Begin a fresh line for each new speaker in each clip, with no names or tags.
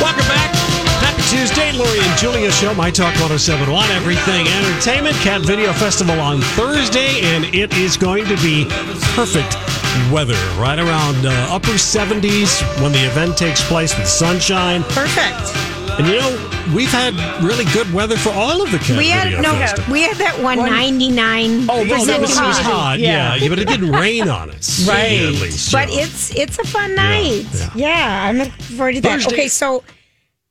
Welcome back. Happy Tuesday, Lori and Julia Show, My Talk 1071, Everything Entertainment, Cat Video Festival on Thursday, and it is going to be perfect weather, right around uh, upper 70s when the event takes place with sunshine.
Perfect.
And you know, we've had really good weather for all of the Cat
We
Video
had no,
Festival.
we had that one ninety nine.
Oh, no, no, this was hot, yeah. but it didn't rain on us.
Right.
At least.
But
so.
it's it's a fun night.
yeah.
Yeah, I'm looking forward to that.
Thursday-
Okay, so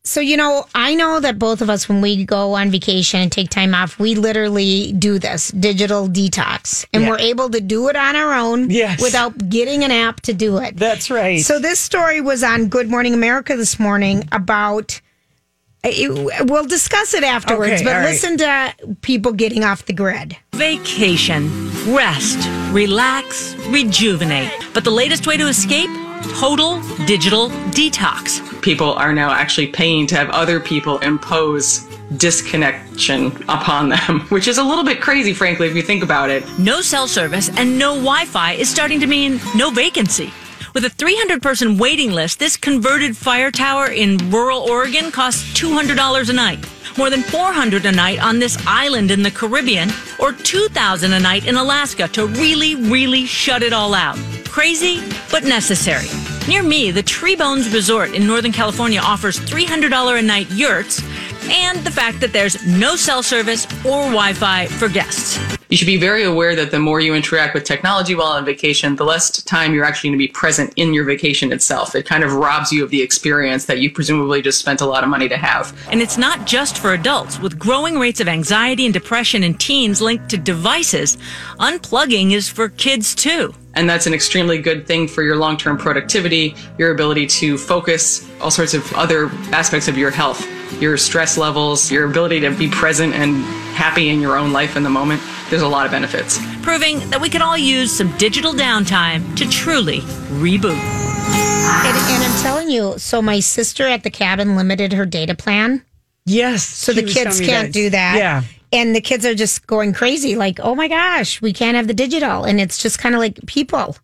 so you know, I know that both of us when we go on vacation and take time off, we literally do this digital detox. And we're able to do it on our own
Yes.
without getting an app to do it.
That's right.
So this story was on Good Morning America this morning about. it- we'll discuss it afterwards,
Okay,
but
all right.
listen to people getting off the grid.
Vacation, rest, relax, rejuvenate. But the latest way to escape? Total digital detox.
people are now actually paying to have other people impose disconnection upon them, which is a little bit crazy, frankly, if you think about it.
No cell service and no Wi Fi is starting to mean no vacancy. With a 300 person waiting list, this converted fire tower in rural Oregon costs $200 a night, more than $400 a night on this island in the Caribbean, or $2,000 a night in Alaska to really, really shut it all out. Crazy, but necessary. Near me, the Tree Bones Resort in Northern California offers $300 a night yurts and the fact that there's no cell service or Wi Fi for guests.
You should be very aware that the more you interact with technology while on vacation, the less time you're actually going to be present in your vacation itself. It kind of robs you of the experience that you presumably just spent a lot of money to have.
And it's not just for adults. With growing rates of anxiety and depression in teens linked to devices, unplugging is for kids too.
And that's an extremely good thing for your long term productivity, your ability to focus, all sorts of other aspects of your health, your stress levels, your ability to be present and happy in your own life in the moment. There's a lot of benefits.
Proving that we can all use some digital downtime to truly reboot.
And, and I'm telling you, so my sister at the cabin limited her data plan,
yes.
so the kids can't do that.
Yeah.
And the kids are just going crazy, like, oh my gosh, we can't have the digital. And it's just kind of like, people,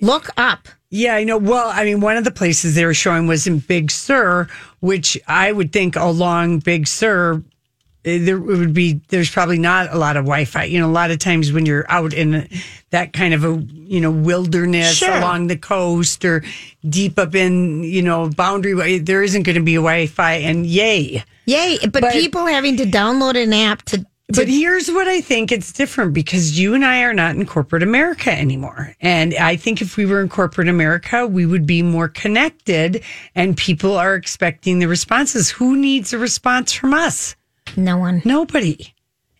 look up.
Yeah, I know. Well, I mean, one of the places they were showing was in Big Sur, which I would think along Big Sur, eh, there would be there's probably not a lot of Wi-Fi. You know, a lot of times when you're out in that kind of a you know wilderness
Sure.
along the coast or deep up in you know boundary, wa- there isn't going to be Wi-Fi. And yay!
Yay. But,
But-
people having to download an app to.
But here's what I think it's different because you and I are not in corporate America anymore. And I think if we were in corporate America, we would be more connected and people are expecting the responses. Who needs a response from us?
No one.
Nobody.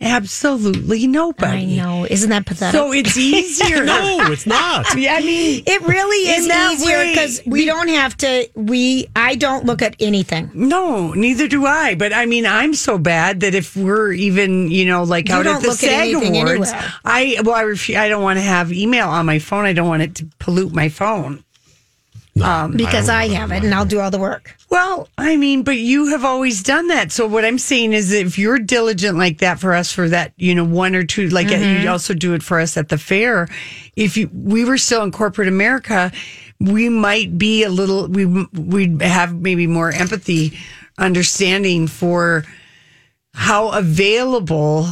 Absolutely
I
nobody.
know. Isn't that pathetic?
So it's easier.
no, it's not.
I mean,
it really
In
is
that
easier
way,
because we don't have to, we, I don't look at anything.
no, neither do I. But I mean, I'm so bad that if we're even, you know, like
You
out at
don't
the
look at
SAG
anything
Awards,
anyway.
I well, I refu- I don't want to have email on my phone. I don't want it to pollute my phone. Um,
Because I, have it and I'll do all the work.
Well, I mean, but you have always done that. So what I'm saying is, if you're diligent like that for us, for that, you know, one or two, like uh,
Mm-hmm.
you also do it for us at the fair. If you, we were still in corporate America, we might be a little, we we'd have maybe more empathy, understanding for how available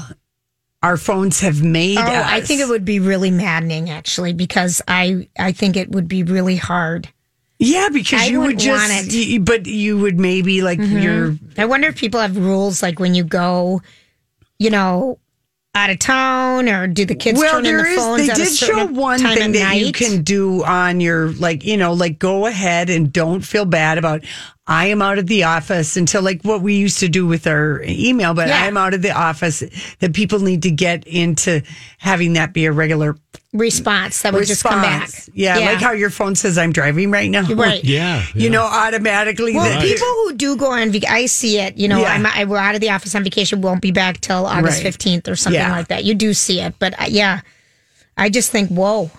our phones have made
Oh,
us.
I think it would be really maddening actually because I I think it would be really hard.
Yeah, because
I
you would
wouldn't
just,
want it.
y- y- but you would maybe like your
Mm-hmm. I wonder if people have rules like when you go, you know, out of town or do the kids
well,
turn in
there
the
is.
phones
They
at a
did show
certain
one
time
thing
of
that
night?
you can do on your like you know like go ahead and don't feel bad about. I am out of the office until like what we used to do with our email, but
Yeah.
I'm out of the office. That people need to get into having that be a regular
response that would just come back.
response. Yeah, like how your phone says, "I'm driving right now."
right.
Yeah.
You know, automatically.
Well,
that-
people who do go on, vac- I see it. You know,
Yeah.
I'm, I, we're out of the office on vacation. Won't be back till August
Right.
15th or something
Yeah.
like that. You do see it, but uh, yeah, I just think, whoa,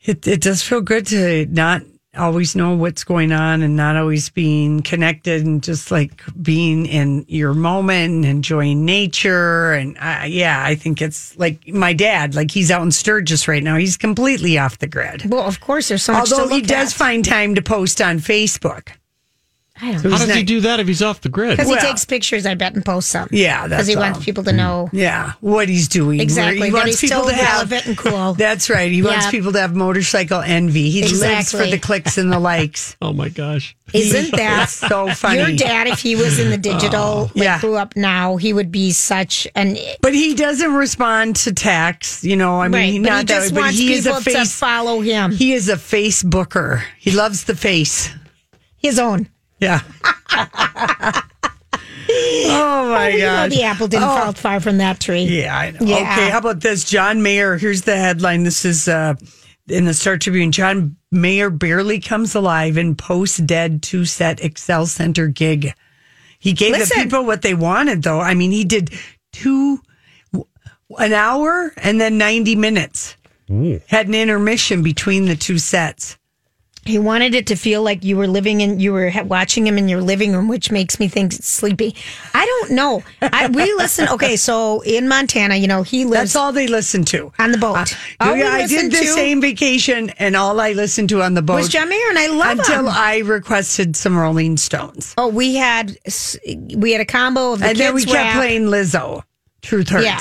It, it does feel good to not always know what's going on and not always being connected and just like being in your moment and enjoying nature. And uh, yeah, I think it's like my dad, like he's out in Sturgis right now. He's completely off the grid.
well, of course, there's so much.
Although
to
he
look
does
at.
find time to post on Facebook.
I don't
So
know.
How
he's
does he
not-
do that if he's off the grid?
Because
Well-
he takes pictures, I bet, and posts them.
Yeah,
because
that's
he
all.
wants people to know.
Yeah, what he's doing. where
Exactly,
He
that
wants
he's
people
still
to have
relevant and cool.
That's right. He wants
Yeah.
people to have motorcycle envy. He lives for
Exactly.
the clicks and the likes.
Oh my gosh.
Isn't that
That's so funny. Oh.
Your dad, if he was in the digital, like
yeah.
grew up now, he would be such an.
But he doesn't respond to texts, you know. I
Right,
mean,
but
not
he
that
just
way, but
wants
he is a
people to
face,
follow him.
He is a Facebooker. He loves the face.
His own.
Yeah. oh my Oh,
You know,
god.
the apple didn't fall far from that tree.
Yeah, I know.
Yeah.
Okay, how about this? John Mayer. Here's the headline. This is uh, in the Star Tribune. John Mayer barely comes alive in post dead two set Excel Center gig. He gave the
Listen.
people what they wanted, though. I mean, he did two, an hour and then 90 minutes. Had an intermission between the two sets.
He wanted it to feel like you were living in, you were ha- watching him in your living room, which makes me think it's sleepy. I don't know. I, we listen. Okay, so in Montana, you know, he lives
That's all they listened to.
on the boat. All we
Uh, yeah, I did
listened
the
to
same vacation, and all I listened to on the boat
was John Mayer, and I love
until
him.
I requested some Rolling Stones.
oh, we had s- we had a combo of the
and
kids
then we kept
rap.
playing Lizzo. Truth hurts.
Yeah.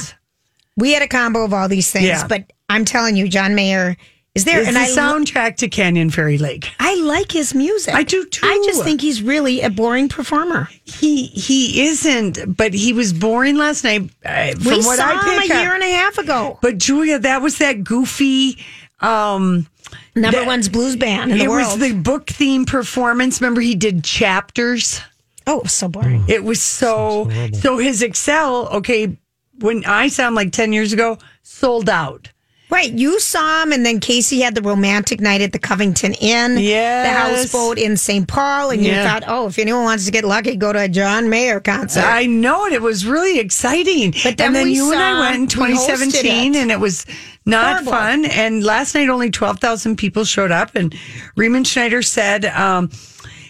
We had a combo of all these things,
Yeah.
but I'm telling you, John Mayer is there,
It's
and
the
I lo-
soundtrack to Canyon Fairy Lake.
I like his music.
I do, too.
I just think he's really a boring performer.
He he isn't, but he was boring last night. Uh, from
we
what
saw
I pick
him a
up.
year and a half ago.
but Julia, that was that goofy. Um,
Number
that-
one's blues band in the
it
world.
was the book theme performance. Remember, he did chapters.
oh, it was so boring.
It was so so, his Excel. Okay, when I saw him like ten years ago, sold out.
Right, you saw him, and then Casey had the romantic night at the Covington Inn, the
Yes.
houseboat in St. Paul, and
Yeah.
you thought, oh, if anyone wants to get lucky, go to a John Mayer concert.
I know it. It was really exciting.
But then
and then
we
you and I
saw-
went in
we hosted
2017,
it.
and it was not
Horrible.
fun. And last night, only 12,000 people showed up. And Riemann Schneider said um,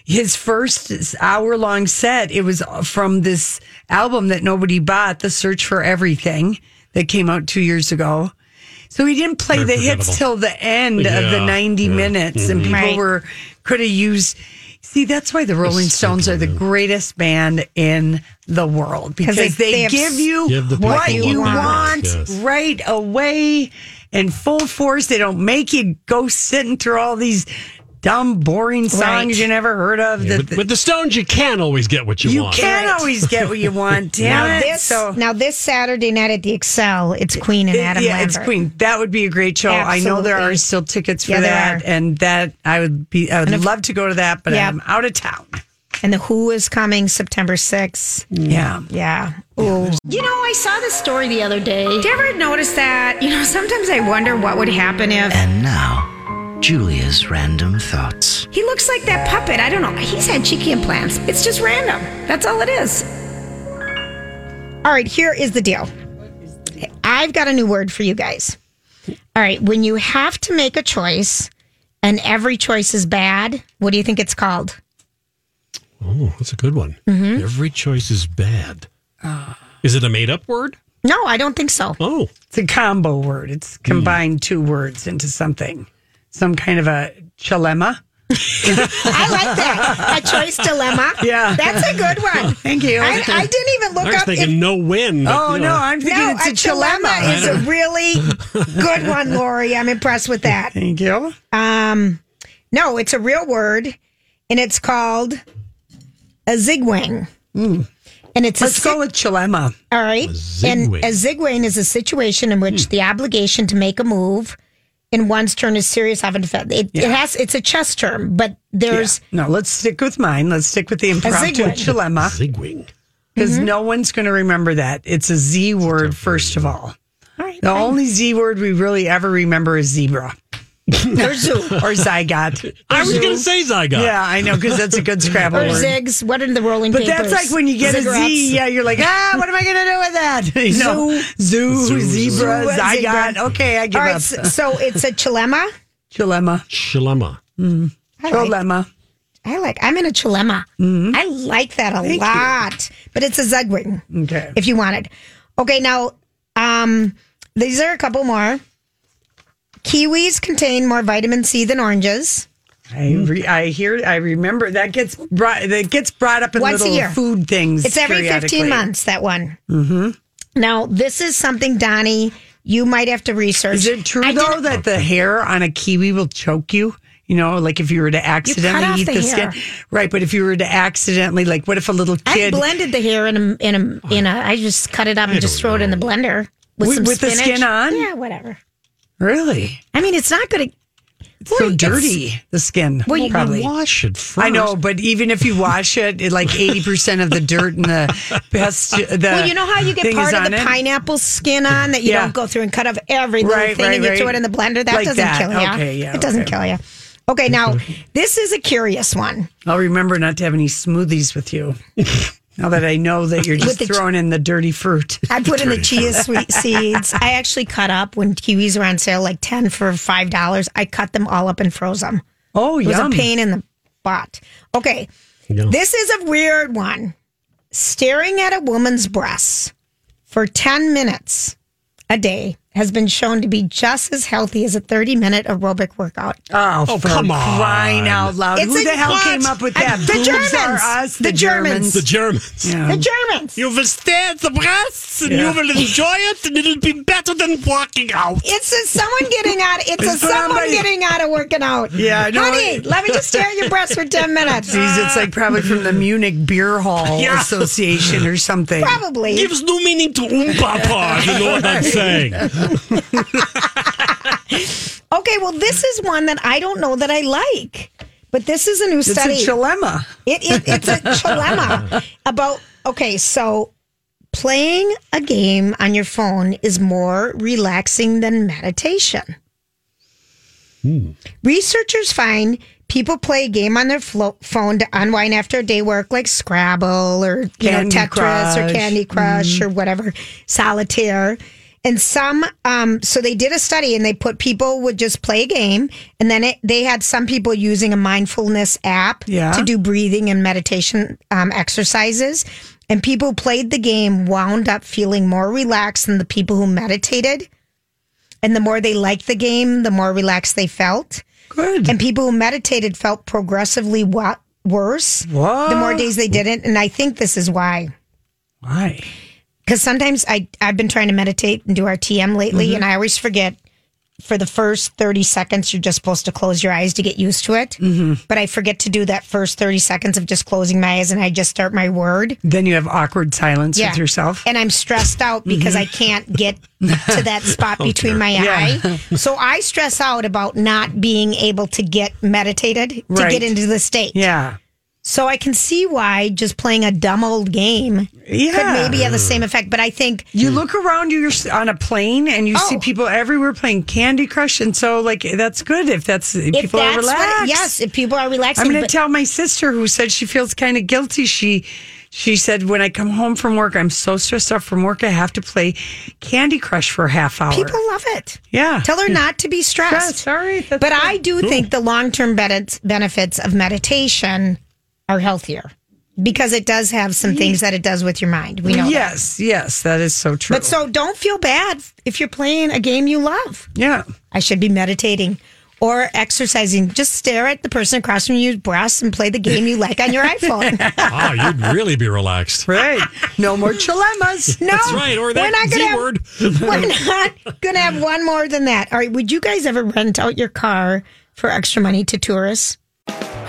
his first hour long set, it was from this album that nobody bought, The Search for Everything, that came out two years ago. So he didn't play the hits till the end of the
Yeah, Mm-hmm.
90 minutes, and people
Right.
were could have used. See, that's why the Rolling Stones are the greatest band in the world because they,
'Cause they- they have
give
s-
you
Give the
what
people
you
what
want,
they
want, yes.
right away in full force. They don't make you go sitting through all these dumb, boring songs
Right.
you never heard of. that
With, with the Stones, you can always get what you,
you
want.
can't
Right.
always get what you want. Damn
now
it!
this,
so
now this Saturday night at the Excel, it's Queen and
It-
Adam
yeah,
Lambert.
it's Queen. That would be a great show. I know there
Absolutely.
are still tickets for
Yeah, there
that,
are.
and that I would be. I would love to go to that, but
Yeah.
I'm out of town.
And the Who is coming September 6th.
Yeah.
Yeah. Ooh. You know, I saw this story the other day. Did you ever notice that? You know, sometimes I wonder what would happen if
And now, Julia's random thoughts.
he looks like that puppet. I don't know. He's had cheeky implants. It's just random. That's all it is. All right, here is the deal. I've got a new word for you guys. All right, when you have to make a choice and every choice is bad, what do you think it's called?
Oh, that's a good one.
Mm-hmm.
Every choice is bad. is it a made up word?
No, I don't think so. Hmm.
Oh,
It's a combo word. It's combined two words into something, some kind of a dilemma.
I like that. A choice dilemma.
Yeah.
That's a good one.
Thank you.
I, I didn't even look
I was
up
thinking no win. but,
oh
you know,
no, I'm thinking
no, a
it's a
dilemma
dilemma.
is a really good one, Lori. I'm impressed with that. Um,
Thank you.
No, it's a real word, and it's called a zigwang. And it's a
Mm. Let's
si-
go with Chalema.
all right. and
zigwang.
a zigwang is a situation in
Hmm.
which the obligation to make a move in one's turn is serious. Often, defe- it, it has it's a chess term, but there's
No, let's stick with mine. Let's stick with the impromptu
Zigwing.
Chalema
Zigwing.
because
Mm-hmm.
no one's going to remember that. It's a Z word, first of all.
all right.
The only Z word we really ever remember is zebra
Or zoo.
or zygote.
I was going to say Zygon.
Yeah, I know because that's a good Scrabble
Or
word.
zigs. What are the rolling
But
papers?
that's like when you get a Z,
Ziggurats.
yeah, you're like, ah, what am I going to do with that? You know, zoo, zebra,
Zoo and
zygote.
zebra.
Okay, I give
All right,
up.
s- so it's a dilemma.
Dilemma.
Shlemma.
Hmm.
I like,
Dilemma.
I like. I'm in a dilemma.
Hmm.
I like that a lot. But it's a zugwing
Okay.
if you wanted. Okay, now um, these are a couple more. Kiwis contain more vitamin C than oranges.
I re- I hear I remember that gets brought that gets brought up in
Once a
little
year.
food things.
It's every 15
periodically.
months that one. Mm-hmm. Now this is something Donnie, you might have to research.
Is it true
I
though
didn't-
that the hair on a kiwi will choke you? You know, like if you were to accidentally
off
eat
the
the,
hair.
skin, right? But if you were to accidentally, like, what if a little
I
kid
blended the hair in a, in a in a. I just cut it up and just throw it in the blender with,
With-
some
with the
spinach.
skin on?
Yeah, whatever.
really
I mean, it's not going to.
so dirty the skin?
Well, you-
probably.
Wash it first.
I know, but even if you wash it, it like eighty percent of the dirt and the pest. uh, The
Well, you know how you get
thing
part
is
of
on
the
it?
pineapple skin on that you
Yeah.
don't go through and cut off every little
Right,
thing
right,
and you throw
right.
it in the blender. That
Like
doesn't
that.
kill you.
Okay, yeah,
it doesn't
okay.
kill you. Okay, now this is a curious one.
I'll remember not to have any smoothies with you. now that I know that you're just
the-
throwing in the dirty fruit.
I put in the chia sweet seeds. I actually cut up when kiwis were on sale, like ten for five dollars. I cut them all up and froze them.
Oh,
It was
yum.
a pain in the butt. Okay, this is a weird one. Staring at a woman's breasts for 10 minutes a day has been shown to be just as healthy as a 30 minute aerobic workout.
Oh, for
come on.
Crying out loud.
It's
Who
in-
the hell
what?
came up with
I-
that?
the
Boobs
Germans.
Are us,
The Germans.
The Germans.
Yeah.
The Germans.
You will stay at the breasts and
Yeah.
you will enjoy it and it'll be better than walking out.
It's a someone getting out. It's, a
It's put on
someone
by-
getting out of working out.
Yeah, I know.
honey, let me just stare at your breasts for ten minutes.
Jeez, it's like probably from the Munich Beer Hall
Yeah.
Oh, Association or something.
Probably.
Gives no meaning to um, Oompa Pa, if you know what I'm saying.
Okay, well, this is one that I don't know that I like, but this is a new
It's
study.
a dilemma.
It, it, it's a dilemma about okay, so playing a game on your phone is more relaxing than meditation. Researchers find people play a game on their flo- phone to unwind after a day work, like Scrabble or you know,
Candy
Tetris or
Crush.
Candy Crush
Mm-hmm.
or whatever, solitaire. And some, um, so they did a study and they put people would just play a game, and then it, they had some people using a mindfulness app
Yeah.
to do breathing and meditation um, exercises. And people who played the game wound up feeling more relaxed than the people who meditated. And the more they liked the game, the more relaxed they felt.
Good.
And people who meditated felt progressively wa- worse the more days they didn't. And I think this is why.
Why?
Because sometimes I, I've been trying to meditate and do our TM lately,
Mm-hmm.
and I always forget for the first 30 seconds, you're just supposed to close your eyes to get used to it.
Mm-hmm.
But I forget to do that first 30 seconds of just closing my eyes, and I just start my word.
Then you have awkward silence with yourself. Mm-hmm.
And I'm stressed out because I can't get to that spot
Oh,
between my eye. So I stress out about not being able to get meditated, to
Right.
get into the state.
yeah.
So I can see why just playing a dumb old game could
Yeah.
maybe have the same effect. But I think
You look around, you're s- on a plane, and you see
Oh.
people everywhere playing Candy Crush, and so like that's good if that's if
if
people
that's
are relaxed.
what, yes, if people are relaxing.
I'm going to
but-
tell my sister who said she feels kind of guilty. She she said when I come home from work, I'm so stressed out from work, I have to play Candy Crush for a half hour.
People love it.
Yeah.
Tell her not to be stressed.
Stressed, all right, that's
But I do think the long term benefits of meditation are healthier because it does have some things that it does with your mind. We know. that.
yes, yes, that is so true.
But so don't feel bad if you're playing a game you love.
yeah,
I should be meditating. or exercising, just stare at the person across from you, breasts, and play the game you like on your iPhone.
Wow, Ah, you'd really be relaxed.
Right. No more dilemmas.
No,
That's right, or
we're
that
not gonna have-
Z word.
We're not going to have one more than that. All right. Would you guys ever rent out your car for extra money to tourists?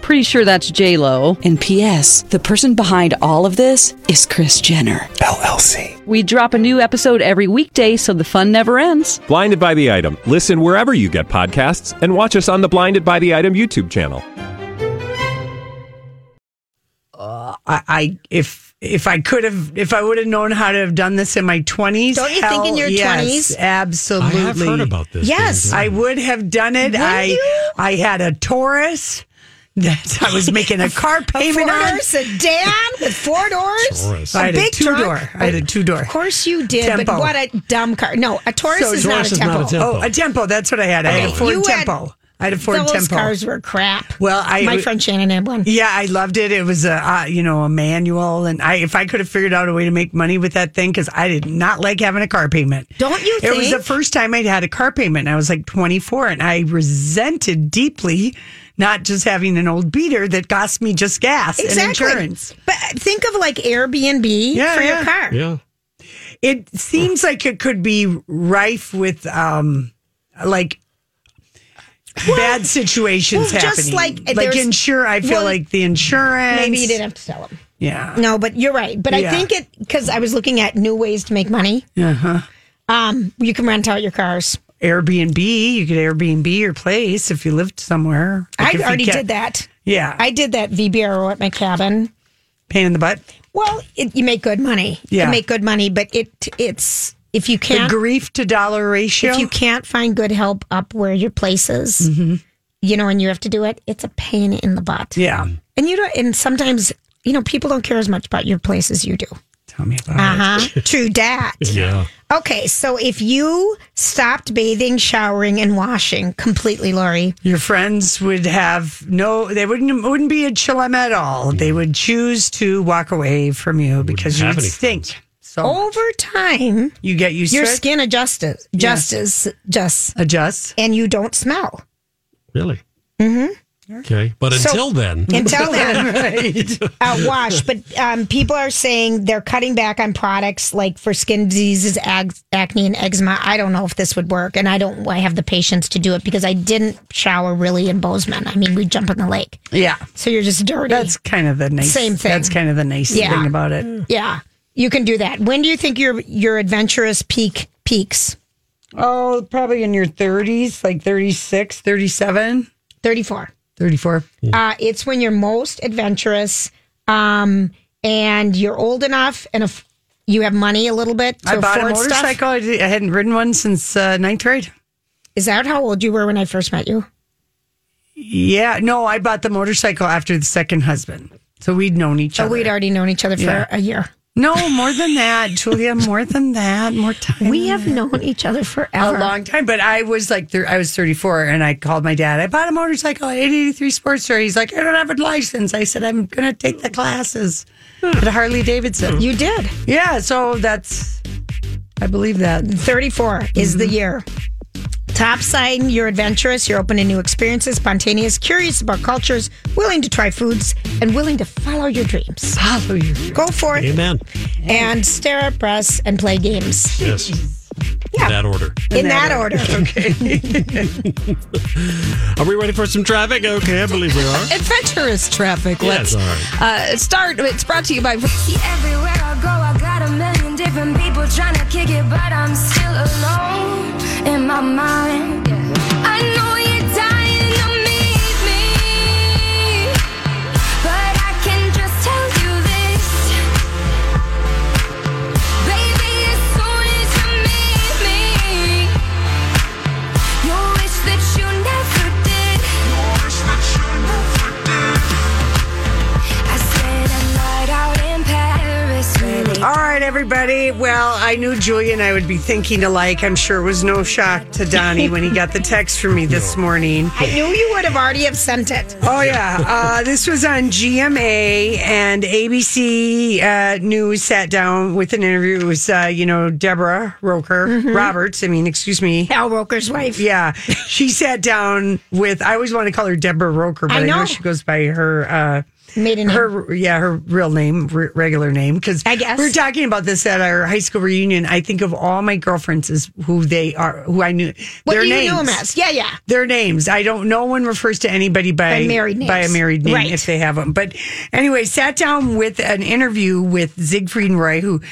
Pretty sure that's J Lo.
And P.S. The person behind all of this is Chris Jenner.
LLC.
We drop a new episode every weekday, so the fun never ends.
Blinded by the item. Listen wherever you get podcasts, and watch us on the Blinded by the Item YouTube channel.
I, I if if I could have if I would have known how to have done this in my twenties.
Don't you think in your 20s?
Absolutely.
I have heard about this.
Yes.
I would have done it. I
you?
I had a Taurus that I was making a car
A
payment on.
four-door sedan with four doors?
Taurus.
I had a
big
two
trunk?
door. I had a two door.
Of course you did, but
Tempo.
what a dumb car. No, a Taurus
So
is
Taurus
not a
is not
tempo.
a Oh. Tempo.
Oh, a tempo. That's what I had. I had a Ford
You had-
Tempo. I had a Ford
Those
Tempo.
cars were crap.
Well, I-
my friend Shannon had one.
Yeah, I loved it. It was a uh, you know a manual, and I if I could have figured out a way to make money with that thing because I did not like having a car payment.
Don't you
It was the
think?
first time I'd had a car payment. and I was like 24, and I resented deeply not just having an old beater that cost me just gas and
Exactly.
insurance.
But think of like Airbnb
Yeah,
for your
yeah.
car.
Yeah.
It seems like it could be rife with um like. Bad situations
well,
happening,
just like eh, uh,
like
there's-
insure. I feel
well,
like the insurance.
Maybe you didn't have to sell them.
Yeah.
No, but you're right. But I
Yeah.
think it because I was looking at new ways to make money. Uh
Uh-huh.
huh. Um, you can rent out your cars.
Airbnb. You could Airbnb your place if you lived somewhere. Like if
I
you
already
ca-
did that.
Yeah,
I did that VBRO at my cabin.
pain in the butt.
Well, it, you make good money.
Yeah.
you make good money, but it it's if you
The
can't
grief to dollar ratio.
if you can't find good help up where your place is,
Mm-hmm.
you know, and you have to do it, it's a pain in the butt.
yeah,
And you don't, and sometimes, you know, people don't care as much about your place as you do.
tell me about it.
Uh huh. True dat.
Yeah.
Okay. So if you stopped bathing, showering, and washing completely, Lori,
Your friends would have no. They wouldn't wouldn't be a chillum at all. They would choose to walk away from you because you
have
would
any
stink.
friends.
So
over time,
you get used
your
to it.
skin adjusts, just as, just,
Adjust.
and you don't smell.
Really? Mm-hmm. Okay. But
So-
until then,
Until then, uh, wash. But um, people are saying they're cutting back on products like for skin diseases, ag- acne, and eczema. I don't know if this would work, and I don't. I have the patience to do it because I didn't shower really in Bozeman. I mean, we jump in the lake,
Yeah,
so you're just dirty.
that's kind of the nice.
Same thing.
That's kind of the nice
Yeah.
thing about it.
Mm. yeah. You can do that. When do you think your your adventurous peak peaks?
Oh, probably in your thirties, like 36, 37,
Thirty four.
34.
Uh, it's when you're most adventurous, um, and you're old enough, and if you have money a little bit. To
I bought a
afford stuff.
motorcycle. I, did, I hadn't ridden one since uh, ninth grade.
Is that how old you were when I first met you?
Yeah, no, I bought the motorcycle after the second husband, so we'd known each
So
other.
we'd already known each other for
Yeah.
a year.
no, more than that, Julia. More than that, more time.
We have known each other
a
forever.
long time, but I was like, thir- I was 34, and I called my dad. I bought a motorcycle at 883 Sports Store. He's like, I don't have a license. I said, I'm gonna take the classes
Hmm.
at Harley Davidson.
You did.
Yeah, so that's, I believe that. Mm-hmm.
34 is the year. Top sign, you're adventurous, you're open to new experiences, spontaneous, curious about cultures, willing to try foods, and willing to follow your dreams.
Follow your
Go forth
amen.
and stare at breasts and play games.
Yes.
Yeah.
In that order.
In that order.
Are we ready for some traffic? Okay, I believe we are.
Adventurous traffic. Let's
Yes, all right.
uh, start. It's brought to you by.
Everywhere I go, I got a million different people trying to kick it, but I'm still alone in my mind. I
everybody. Well, I knew Julia and I would be thinking alike. I'm sure it was no shock to Donnie when he got the text from me this morning.
I knew you would have already have sent it.
Oh yeah, uh, this was on GMA and ABC uh, News sat down with an interview. It was uh, you know Deborah Roker
Mhm.
Roberts. I mean, excuse me,
Al Roker's wife.
Yeah, she sat down with. I always want to call her Deborah Roker, but
I
I know,
know.
she goes by her. Uh,
Maiden
her yeah her real name re- regular name because I guess we were talking about this at our high school reunion. I think of all my girlfriends as who they are who I knew
What
their
you
names
knew him as. Yeah, yeah.
their names. I don't. No one refers to anybody by,
By married names.
by a married name
Right.
if they have them. But anyway, sat down with an interview with Siegfried and Roy, who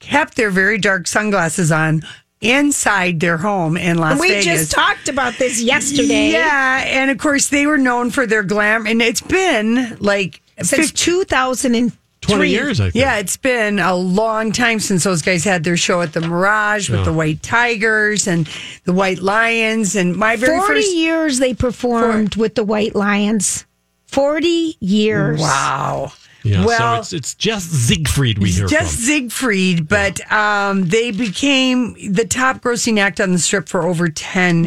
kept their very dark sunglasses on inside their home in Uh, Las
we
Vegas.
just talked about this yesterday.
Yeah, and of course they were known for their glam, and it's been like
Since
2003.
20 years, I think.
Yeah, it's been a long time since those guys had their show at the Mirage with
Yeah.
the White Tigers and the White Lions, and my very
40
first
years they performed with the White Lions. 40 years.
Wow.
Yeah, so
Well-
it's, it's just Siegfried we hear
just Siegfried, but um, they became the top grossing act on the strip for over 10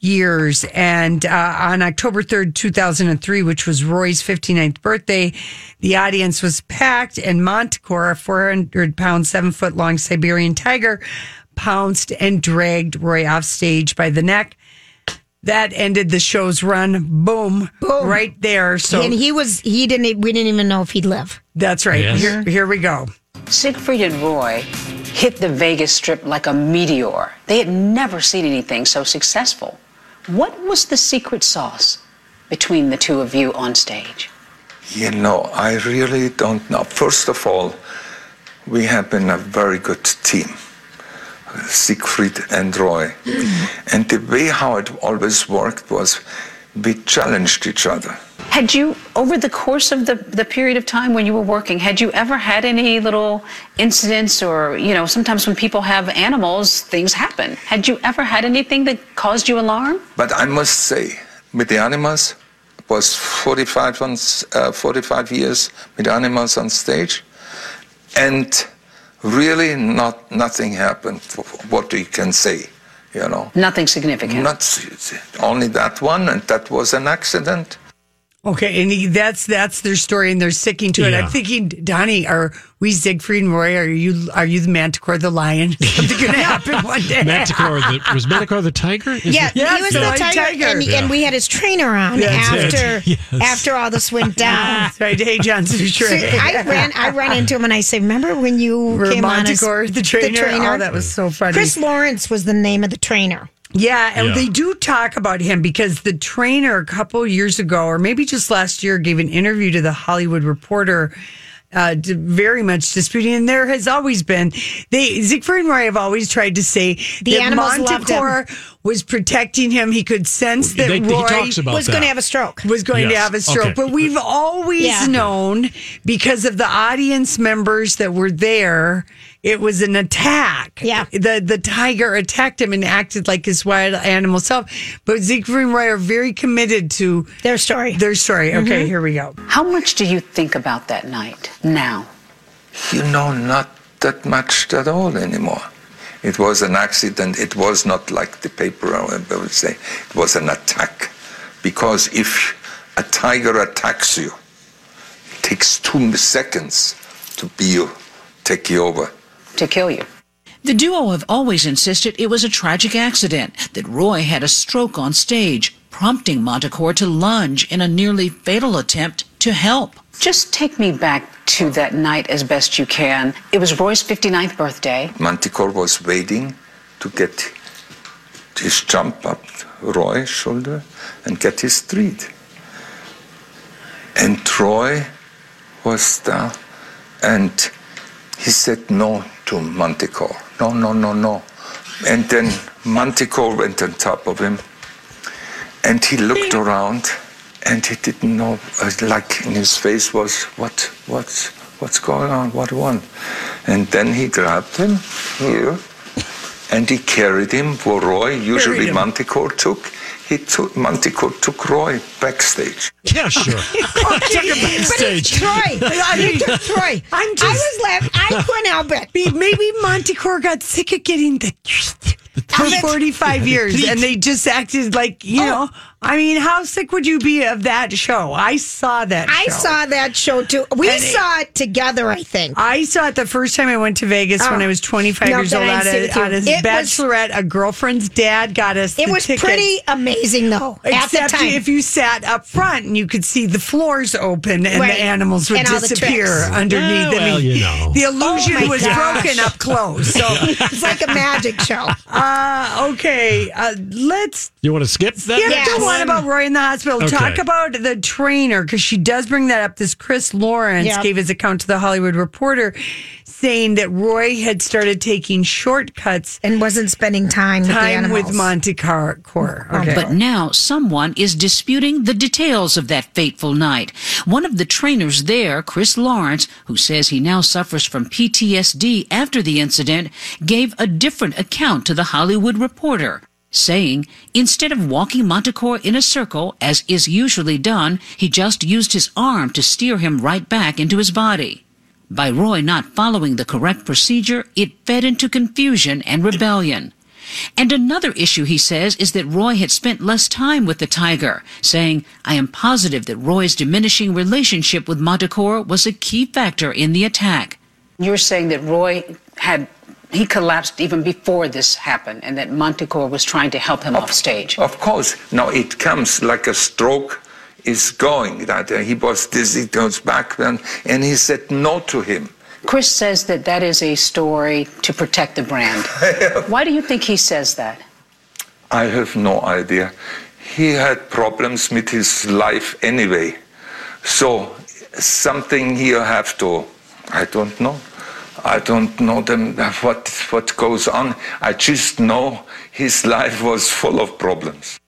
years. And uh, on October 3rd, 2003, which was Roy's 59th birthday, the audience was packed, and Montecor, a 400 pound, seven foot long Siberian tiger, pounced and dragged Roy off stage by the neck. That ended the show's run. Boom. Boom. Right there. So
and he was he didn't e, we didn't even know if he'd live.
that's right.
Yes.
Here, here we go.
Siegfried and Roy hit the Vegas Strip like a meteor. They had never seen anything so successful. What was the secret sauce between the two of you on stage?
You know, I really don't know. First of all, we have been a very good team, Siegfried and Roy. and the way how it always worked was we challenged each other.
Had you, over the course of the, the period of time when you were working, had you ever had any little incidents or, you know, sometimes when people have animals, things happen. Had you ever had anything that caused you alarm?
But I must say, with the animals, it was 45, on, s- uh, 45 years with animals on stage, and really not nothing happened. For for what we can say, you know.
Nothing significant.
Not s- only that one, and that was an accident.
Okay, and he, that's that's their story, and they're sticking to it.
Yeah.
I'm thinking, Donnie, are we Siegfried and Roy? Are you are you the Manticore, the lion? Something could happen one day.
from. Manticore, the, was Manticore the tiger? Is
Yeah,
it-
he was the tiger, And, and we had his trainer on
That's it.
after
Yes.
after all this went down.
That's right. Hey, Johnson, the
So
trainer.
I ran I ran into him and I said, "Remember when you
Were
came on as
Manticore the trainer? Oh, that was so funny.
Chris Lawrence was the name of the trainer.
Yeah, and
Yeah.
they do talk about him because the trainer a couple years ago, or maybe just last year, gave an interview to the Hollywood Reporter. Uh, d- very much disputing, and there has always been they Siegfried and Roy have always tried to say
The
that
animals loved him.
Montecore was protecting him. He could sense that
They- he
Roy
talks about Was gonna that. have a stroke.
Was going to
Yes.
have a stroke,
Okay.
but we've always
Yeah.
known because of the audience members that were there. It was an attack. Yeah. The the tiger attacked him and acted like his wild animal self. But Siegfried and Roy are very committed to
their story. Mm-hmm.
Their story. Okay,
Mhm.
here we go.
How much do you think about that night now?
You know, not that much at all anymore. It was an accident. It was not like the paper, I would say. It was an attack. Because if a tiger attacks you, it takes two seconds to be you, take you over.
To kill you.
The duo have always insisted it was a tragic accident, that Roy had a stroke on stage, prompting Montecore to lunge in a nearly fatal attempt to help.
Just take me back to that night as best you can. It was Roy's 59th birthday.
Manticore was waiting to get his jump up Roy's shoulder and get his treat. And Roy was there and he said no to Manticore. No, no, no, no. And then Manticore went on top of him and he looked around and he didn't know, uh, like in his face was, what, what's, what's going on, what one? And then he grabbed him here and he carried him, for Roy, usually
him.
Manticore took, He took Manticore took Roy backstage.
Yeah, sure.
Took him
backstage.
Troy.
I mean,
You took Troy.
I'm
I
just-
was laughing. I couldn't help it.
Maybe Montecore got sick of getting the for 45 years and they just acted like,
Oh.
you know, I mean, how sick would you be of that show? I saw that
I saw that show too. We
And it-
saw it together, I think.
I saw it the first time I went to Vegas when
Oh.
I was 25
No,
years
then
old
I
at
sit
a,
with you.
at a
It was-
bachelorette. a girlfriend's dad got us.
It
the
was
tickets.
pretty amazing, though, at the
Except
time.
if you sat up front and you could see the floors open and
Right.
the animals would
And all the
disappear
tricks.
underneath.
Yeah,
I
well,
mean,
you know.
The illusion
Oh my
was
gosh.
broken up close. So
it's like a magic show.
Uh, okay, uh, let's
You want to skip that?
Skip
next
the one about Roy in the hospital.
Okay.
Talk about the trainer because she does bring that up. This Chris Lawrence
Yep.
gave his account to the Hollywood Reporter, saying that Roy had started taking shortcuts
and wasn't spending time with the
time with
animals.
Monte Car- Core. Okay.
Um, But now someone is disputing the details of that fateful night. One of the trainers there, Chris Lawrence, who says he now suffers from PTSD after the incident, gave a different account to the Hollywood Reporter. Saying, instead of walking Montecore in a circle, as is usually done, he just used his arm to steer him right back into his body. By Roy not following the correct procedure, it fed into confusion and rebellion. And another issue, he says, is that Roy had spent less time with the tiger, saying, I am positive that Roy's diminishing relationship with Montecore was a key factor in the attack.
You're saying that Roy had he collapsed even before this happened, and that Montecore was trying to help him off stage.
Of course, now it comes like a stroke is going. That uh, he was dizzy, goes back, and, and he said no to him.
Chris says that that is a story to protect the brand. Why do you think he says that?
I have no idea. He had problems with his life anyway. So something you have to I don't know. I don't know them what what goes on. I just know his life was full of problems.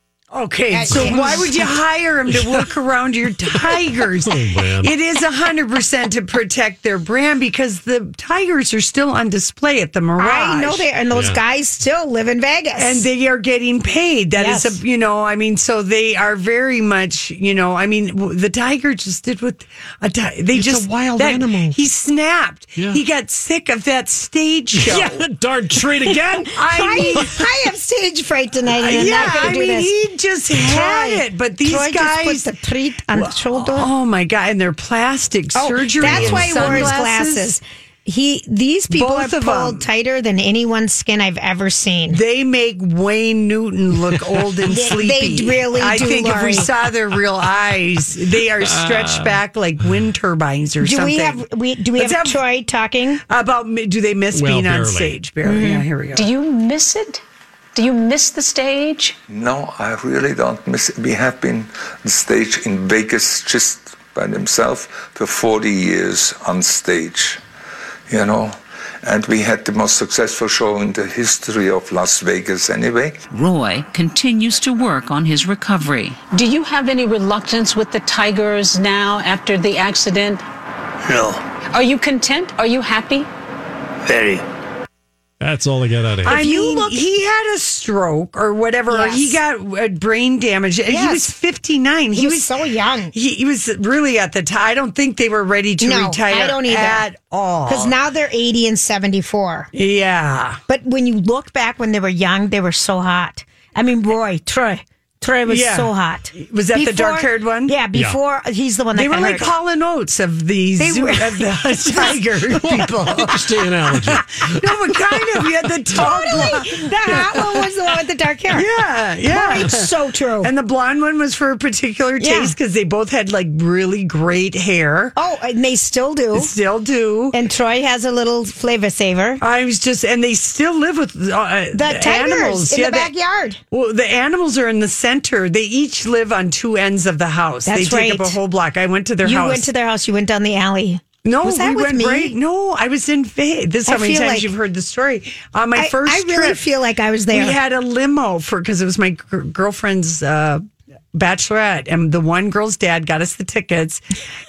Okay, so why would you hire him to work around your
Oh,
tigers? it is 100% to protect their brand because the tigers are still on display at the Mirage.
I know they and those guys still live in Vegas.
and they are getting paid. That is
Yes.
a you know, I mean, so they are very much you know, I mean, w- the tiger just did what a ti- they
It's a
just
wild
that-
animal.
He snapped.
Yeah.
He got sick of that stage show.
Yeah, darn treat again.
I
I,
mean-
I have stage fright tonight, and I'm
yeah,
not
I
going to do
mean,
this.
he just had it, but these
Troy just
guys
put the treat on the shoulder.
Oh my god! And their plastic
Oh,
surgery.
That's
and
why he wore his
sunglasses.
glasses. He these people
Both
are
of 'em.
pulled tighter than anyone's skin I've ever seen.
They make Wayne Newton look old and
They- they
sleepy.
really
I
do,
think if
Lori.
we saw their real eyes, they are
Uh.
stretched back like wind turbines or
do
something.
we have we do we have,
Let's
Troy talking? Mm-hmm.
about me- do they miss
Well,
being on
barely.
stage? Barely. Yeah, here we go.
Do you miss it? Do you miss the stage?
No, I really don't miss it. We have been on stage in Vegas just by themselves for 40 years on stage, you know. And we had the most successful show in the history of Las Vegas anyway.
Roy continues to work on his recovery.
Do you have any reluctance with the Tigers now after the accident?
No,
Are you content? Are you happy?
very.
That's all they got out of
I
here.
mean, he had a stroke or whatever. or He got uh, brain damage. And He
Yes.
was 59. He,
was so young.
He, he was really at the time. I don't think they were ready to
No,
retire
I don't either.
at all.
Because now they're eighty and seventy four.
Yeah.
But when you look back when they were young, they were so hot. I mean, Roy, Troy, Troy was
Yeah.
so hot.
Was that the dark-haired one?
Yeah,
Yeah.
before he's the one that
They were
got
like
hurt.
Colin Oates of the,
They
zoo,
were-
of the tiger people.
Interesting analogy.
no, but kind of. You had the tall blonde.
Totally. The hot one was the one with the dark hair.
Yeah, yeah.
Roy, it's so true.
And the blonde one was for a particular
Yeah.
taste because they both had like really great hair.
Oh, and they still do.
Still do.
And Troy has a little flavor saver.
I was just, and they still live with uh,
The tigers
animals
in
Yeah,
the
they-
backyard.
well, the animals are in the center. They each live on two ends of the house. they
That's
take up
right.
a whole block. I went to their
you
house.
went to their house. You went down the alley.
no,
was that
we
with
went
me?
right. No, I was in Vegas. This is
I
how many
feel
times
like-
you've heard the story. On my
I,
first
I really
trip,
feel like I was there.
We had a limo for because it was my gr- girlfriend's uh, bachelorette, and the one girl's dad got us the tickets,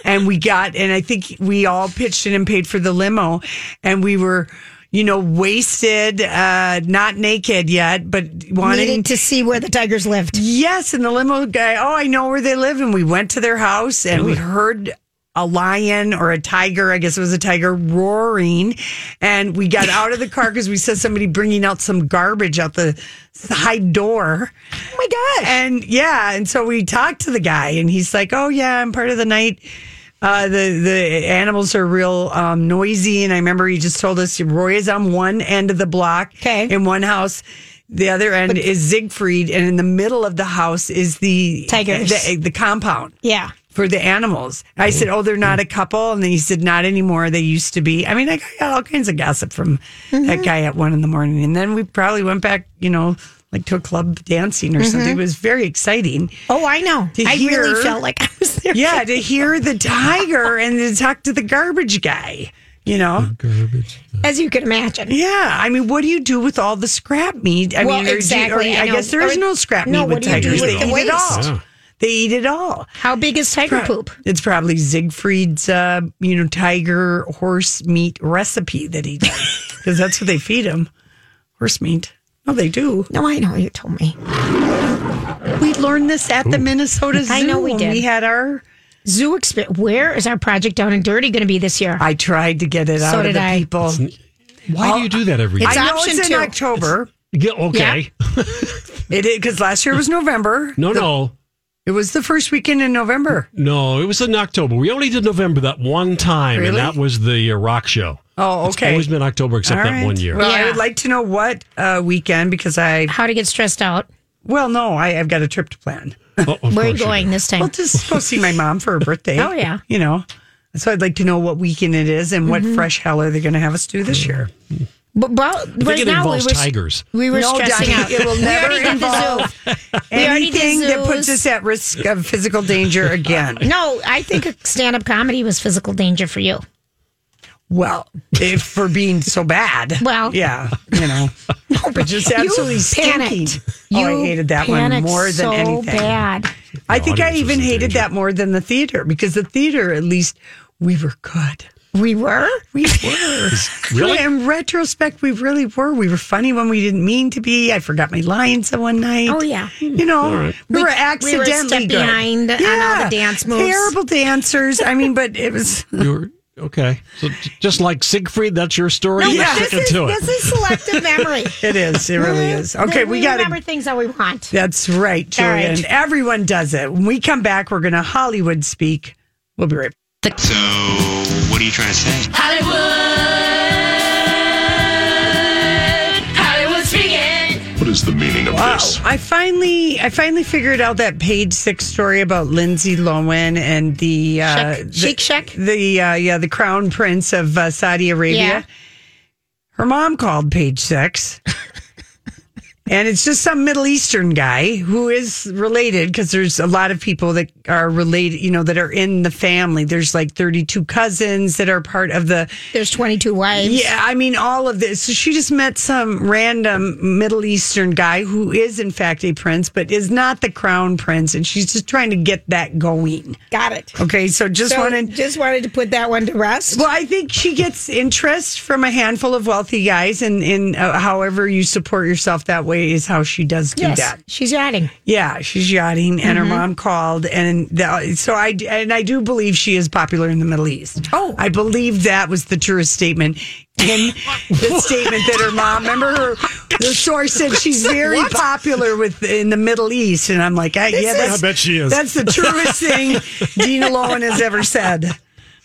and we got and I think we all pitched in and paid for the limo, and we were. you know, wasted, uh, not naked yet, but wanting
Needed to see where the tigers lived.
Yes, and the limo guy, oh, I know where they live. And we went to their house and we
Ooh.
heard a lion or a tiger, I guess it was a tiger, roaring. And we got out of the car because we saw somebody bringing out some garbage out the side door. Oh
my gosh.
And yeah, and so we talked to the guy and he's like, oh, yeah, I'm part of the night. Uh, the the animals are real um, noisy, and I remember he just told us Roy is on one end of the block, okay, in one house. The other end is Siegfried, and in the middle of the house is the
Tigers.
the, the compound
Yeah.
for the animals. I said, "Oh, they're not a couple," and then he said, "Not anymore. They used to be." I mean, I got all kinds of gossip from that guy at one in the morning, and then we probably went back, you know, like to a club dancing or something. It was very exciting.
Oh, I know.
To
I
hear,
really felt like I was there.
yeah, to hear the tiger and to talk to the garbage guy. You know,
as you can imagine.
Yeah, I mean, what do you do with all the scrap meat? I
Well,
mean, or do you- or
exactly,
I,
I know.
guess there is
Or-
no scrap
no,
meat with
what do you do
tigers.
with
They
the
eat it all.
waste? Yeah.
They eat it all.
How big is tiger poop?
It's probably Siegfried's, uh, you know, tiger horse meat recipe that he does because that's what they feed him. Horse meat. Oh, they do.
No, I know. You told me.
We learned this at the Minnesota Zoo.
I know we
when
did.
We had our.
Zoo experience. Where is our project down and dirty going to be this year?
I tried to get it
So
out of
did
the
I.
people.
Why do you do that every year?
I know
option
it's in
two.
October.
Yeah, oh, okay.
It is because last year was November.
No, no.
It was the first weekend in November.
No, it was in October. We only did November that one time,
Really?
and that was the uh, rock show.
Oh,
It's
okay.
always been October except
All
that
right.
one year.
Well, I would like to know what uh, weekend because I.
How to get stressed out?
Well, no, I, I've got a trip to plan.
Oh, of
Where are you
course you
going
do.
this time?
I'll just go see my mom for her birthday.
Oh, yeah. Mm-hmm.
You know, so I'd like to know what weekend it is and what fresh hell are they going to have us do this year.
But, well,
I think
right
it
now we
involves
were,
tigers.
we were
No,
stressing
Johnny,
out.
it will
we
never
already did the zoo. We already did
Anything that puts
zoos.
us at risk of physical danger again.
No, I think stand-up comedy was physical danger for you.
Well, if for being so bad.
Well.
yeah, you know, but just absolutely stinking.
panicked.
Oh, I
You
hated that one
panicked
more than
so
anything.
bad.
I think I
audience was
even
in
hated
danger.
that more than the theater because the theater, at least, we were good.
We were.
We were.
Really?
In retrospect, we really were. We were funny when we didn't mean to be. I forgot my lines the one night.
Oh, yeah.
You know,
right.
We-
we, were
we were a
accidentally
step
good.
behind on all the dance moves.
Terrible dancers. I mean, but it was.
You were- okay. So j- just like Siegfried, that's your story.
No,
You're
yeah.
this
sticking
is
to it.
this is selective memory.
It is. It really is. Okay,
Then
we,
we
got
remember
to.
things that we want.
That's right,
All
Julian.
right.
Everyone does it. When we come back, we're going to Hollywood speak. We'll be right back.
So, what are you trying to say?
What is the meaning of
Wow!
this?
I finally, I finally figured out that page six story about Lindsay Lohan and the uh,
Sheik-
the-
Sheik Shek?
the uh, yeah, the crown prince of uh, Saudi Arabia.
Yeah.
Her mom called page six, and it's just some Middle Eastern guy who is related because there's a lot of people that are related, you know, that are in the family. There's like 32 cousins that are part of the
There's 22 wives.
yeah, I mean all of this. So she just met some random Middle Eastern guy who is in fact a prince, but is not the crown prince, and she's just trying to get that going.
Got it.
Okay, so just
So,
wanted.
just wanted to put that one to rest.
Well, I think she gets interest from a handful of wealthy guys, and in uh, however you support yourself that way is how she does do
yes,
that.
she's adding.
Yeah, she's yachting, and her mom called, and the, so I and I do believe she is popular in the Middle East.
Oh.
I believe that was the tourist statement in the statement that her mom. Remember her, the source said she's very popular with in the Middle East, and I'm like, I, yeah,
is-
that's,
I bet she is.
That's the truest thing Dina Lohan has ever said.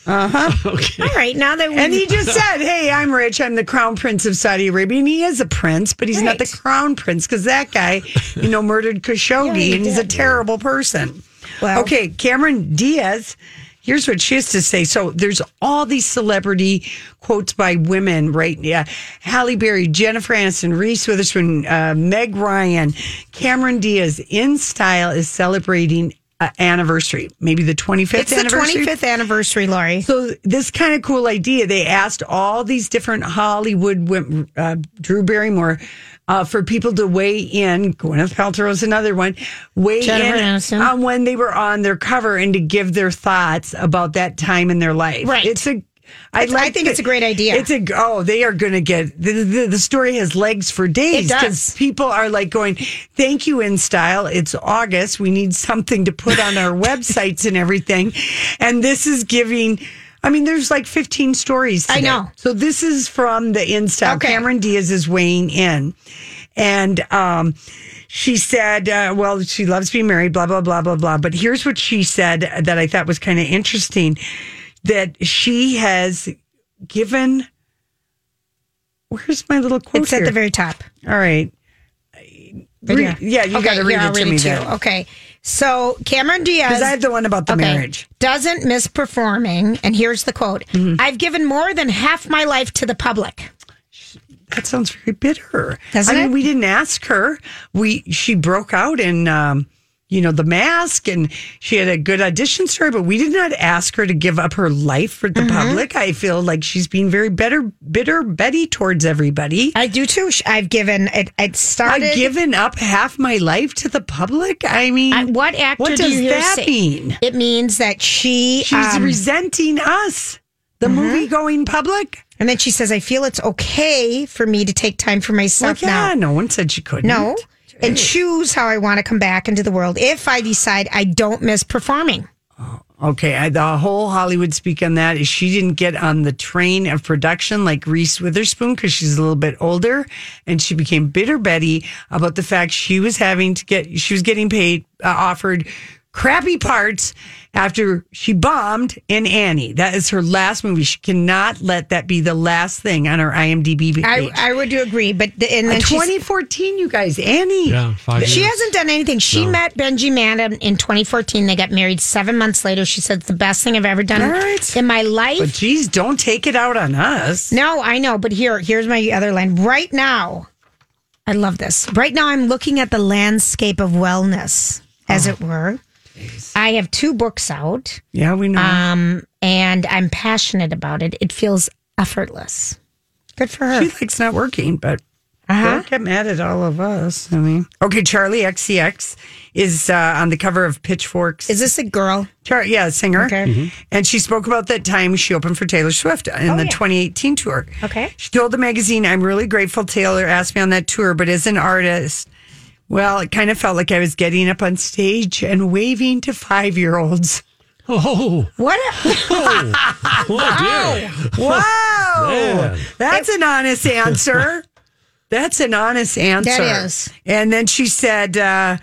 Uh-huh.
All right, now that we
And he just said, "Hey, I'm rich. I'm the crown prince of Saudi Arabia." And he is a prince, but he's not the
Right.
crown prince because that guy, you know, murdered Khashoggi,
Yeah, he
and he's a
did.
terrible person.
Wow.
Okay, Cameron Diaz. Here's what she has to say. So there's all these celebrity quotes by women, right? Yeah, Halle Berry, Jennifer Aniston, Reese Witherspoon, uh, Meg Ryan, Cameron Diaz. In Style is celebrating uh, anniversary, maybe the 25th
it's the
anniversary.
25th anniversary, Lori.
So this kind of cool idea. They asked all these different Hollywood, wom- uh, Drew Barrymore, uh, for people to weigh in. Gwyneth Paltrow is another one. Weigh
Jennifer
in
Aniston.
on when they were on their cover and to give their thoughts about that time in their life.
Right.
It's a
I, think it's a great idea.
It's a oh, they are going to get the, the the story has legs for days
does.
people are like going, "Thank you, in style. It's August. We need something to put on our websites and everything," and this is giving. I mean, there's like 15 stories.
I
today.
know.
So this is from the in style. Cameron Diaz is weighing in, and um, she said, uh, "Well, she loves being married. Blah blah blah blah blah." But here's what she said that I thought was kind of interesting: that she has given. Where's my little quote?
It's at the
here?
very top.
All right.
Right
Re-
here.
yeah, you
Okay,
got to read
here, I'll
it to me
too.
there.
Okay. So Cameron Diaz.
'Cause I have the one about the marriage. Mm-hmm.
Doesn't miss performing. And here's the quote I've given more than half my life to the public.
That sounds very bitter.
Doesn't
I mean,
it?
we didn't ask her. We she broke out in um, you know, the mask and she had a good audition story, but we did not ask her to give up her life for the public. I feel like she's being very bitter bitter Betty towards everybody.
I do too. Sh- I've given it. It started.
I've given up half my life to the public. I mean,
Uh, what actor do
what does
you hear
that
say-
mean?
It means that she.
She's
um, Uh-huh.
resenting us, the movie going public.
and then she says, I feel it's okay for me to take time for myself
Like, yeah,
now.
no one said she couldn't.
No. And choose how I want to come back into the world if I decide I don't miss performing.
Okay, I, the whole Hollywood speak on that is she didn't get on the train of production like Reese Witherspoon because she's a little bit older, and she became bitter Betty about the fact she was having to get she was getting paid uh, offered crappy parts after she bombed in Annie. That is her last movie. She cannot let that be the last thing on her IMDb page.
I, I would do agree, but the, and
Uh,
then she's-
2014, you guys, Annie.
Yeah, five
She
years.
hasn't done anything. She met Benji Madden in 2014. They got married seven months later. She said, "It's the best thing I've ever done
All right.
in my life."
But geez, don't take it out on us.
no, I know. But here, here's my other line. Right now, I love this. Right now, I'm looking at the landscape of wellness, as it were. I have two books out,
Oh. Yeah, we know.
um, and I'm passionate about it. It feels effortless. Good for her.
she likes not working, but
Uh-huh.
don't get mad at all of us. I mean, okay, Charlie XCX is uh, on the cover of Pitchforks.
Is this a girl?
Char- yeah, singer.
Okay.
Mm-hmm.
And she spoke about that time she opened for Taylor Swift in
Oh,
the
yeah.
2018 tour.
Okay.
She told the magazine, I'm really grateful Taylor asked me on that tour, but as an artist, well, it kind of felt like I was getting up on stage and waving to five year olds.
Oh,
What? A-
oh dear.
Wow.
Man.
Oh, That's an honest answer. That's an honest answer.
is.
And then she said, uh,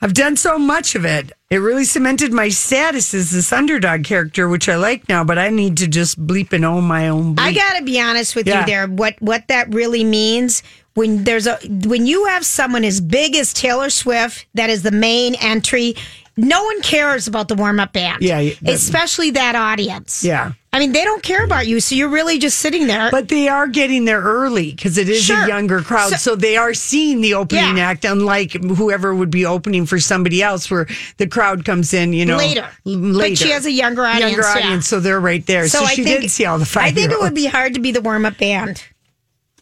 I've done so much of it. It really cemented my status as this underdog character, which I like now, but I need to just bleep and own my own bleep.
I gotta be honest with
Yeah.
you there. What what that really means when there's a when you have someone as big as Taylor Swift that is the main entry, no one cares about the warm up band.
Yeah, yeah, that-
especially that audience.
Yeah.
I mean they don't care about you, so you're really just sitting there.
But they are getting there early because it is
Sure.
a younger crowd.
So-
So, they are seeing the opening
Yeah.
act, unlike whoever would be opening for somebody else where the crowd comes in, you know,
Later.
l-
But
later.
she has a younger audience,
Younger
yeah.
audience. So they're right there. So, she did see all the five
I think it would be hard to be the warm up band.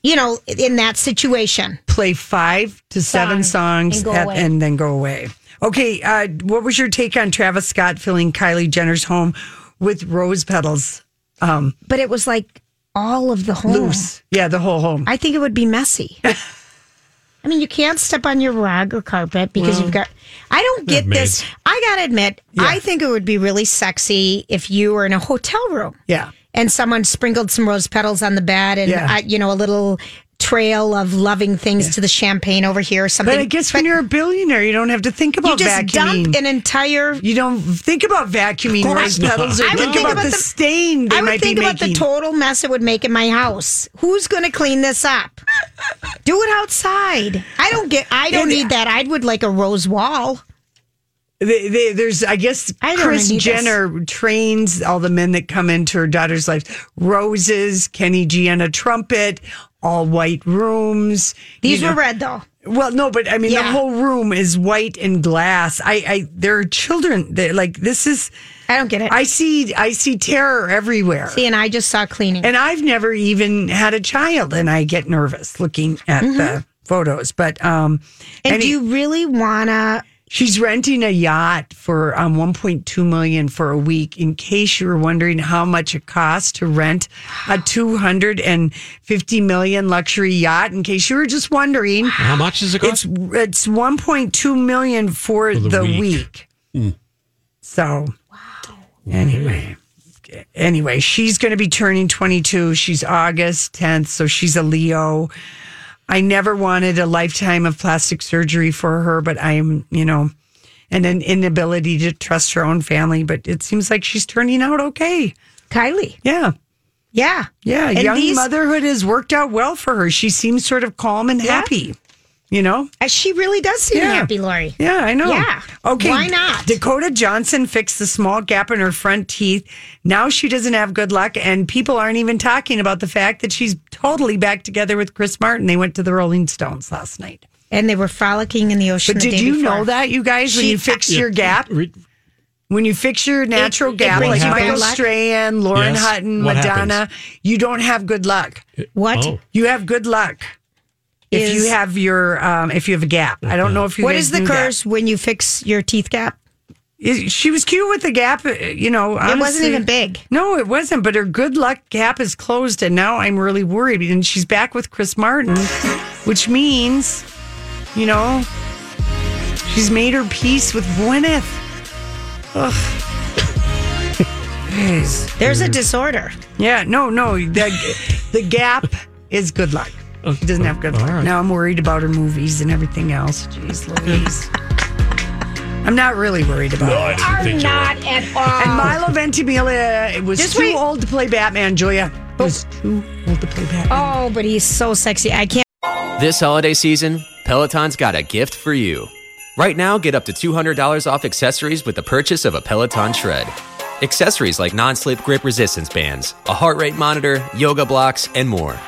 You know, in that situation.
play five to seven
Songs
songs
and go
at-
away.
and then go away. Okay, uh, what was your take on Travis Scott filling Kylie Jenner's home with rose petals? Um,
But it was like all of the home.
Loose. Yeah, the whole home.
I think it would be messy. I mean, you can't step on your rug or carpet because you've got. I don't get this. I gotta admit, I think it would be really sexy if you were in a hotel room
yeah.
and someone sprinkled some rose petals on the bed and
Yeah.
uh, you know a little trail of loving things to the champagne over here or something.
But I guess when you're a billionaire, you don't have to think about
you just
vacuuming.
dump an entire.
you don't think about vacuuming rose
not.
petals or
I would
think,
think
about,
about
the,
the-
stain they
I would
might
think
be
about the
making.
total mess it would make in my house. Who's going to clean this up? Do it outside. I don't get. I don't
And-
need that. I would like a rose wall.
They- they- there's, I guess,
I don't
Chris
need this.
Jenner trains all the men that come into her daughter's life. Roses, Kenny G on a trumpet, all white rooms.
These
you know.
were red though.
Well, no, but I mean, the
Yeah.
whole room is white and glass. I, I, there are children that like this is.
I don't get it.
I see, I see terror everywhere,
see, and I just saw cleaning.
and I've never even had a child, and I get
Mm-hmm.
nervous looking at the photos. But um,
and
any-
do you really wanna?
She's renting a yacht for um, 1.2 million for a week. In case you were wondering how much it costs to rent a 250 million luxury yacht, in case you were just wondering,
How much does it
it's
cost?
it's 1.2 million for,
the
the,
week.
week.
Mm.
So anyway, anyway, she's going to be turning 22. She's August 10th, so she's a Leo. I never wanted a lifetime of plastic surgery for her, but I am, you know, and an inability to trust her own family. But it seems like she's turning out okay.
Kylie.
Yeah.
Yeah.
Yeah.
And
young
these-
motherhood has worked out well for her. She seems sort of calm and happy, you know?
Uh, She really does seem
Yeah.
happy, Lori.
Yeah, I know.
Yeah.
Okay.
Why not?
Dakota Johnson fixed the small gap in her front teeth. Now she doesn't have good luck, and people aren't even talking about the fact that she's totally back together with Chris Martin. They went to the Rolling Stones last night.
And they were frolicking in the ocean.
But
the
did
day
you
before.
know that, you guys, when
She-
you fix your gap?
Re-
When you fix your natural
it
gap,
brings
like
you
Michael
bad luck?
Strahan, Lauren
Yes.
Hutton,
What
Madonna, you don't have good luck.
What?
Oh.
You have good luck if
Is-
you have your um, if you have a gap. I don't know if you.
What
guys
is the
knew that.
curse when you fix your teeth gap?
Is- She was cute with the gap, uh, you know.
wasn't
honestly.
even big.
No, it wasn't. But her good luck gap is closed, and now I'm really worried. And she's back with Chris Martin, which means, you know, she's made her peace with Gwyneth. Ugh. Jeez.
There's a disorder.
Yeah, no, no. The, the gap is good luck. She doesn't have good luck.
All right.
Now I'm worried about her movies and everything else. Jeez Louise. I'm not really worried about it.
I
Are
you're
not at all.
And Milo Ventimiglia it was
Just
too
wait.
old to play Batman, Julia. It was too old to play Batman.
Oh, but he's so sexy. I can't.
This holiday season, Peloton's got a gift for you. Right now, get up to $200 off accessories with the purchase of a Peloton Shred. Accessories like non slip grip resistance bands, a heart rate monitor, yoga blocks, and more.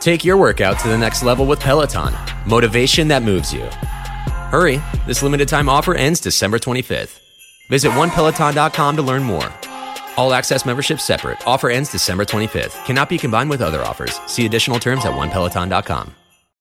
Take your workout to the next level with Peloton motivation that moves you. Hurry, this limited time offer ends December 25th. Visit onepeloton.com to learn more. All access membership separate. Offer ends December 25th. Cannot be combined with other offers. See additional terms at onepeloton.com.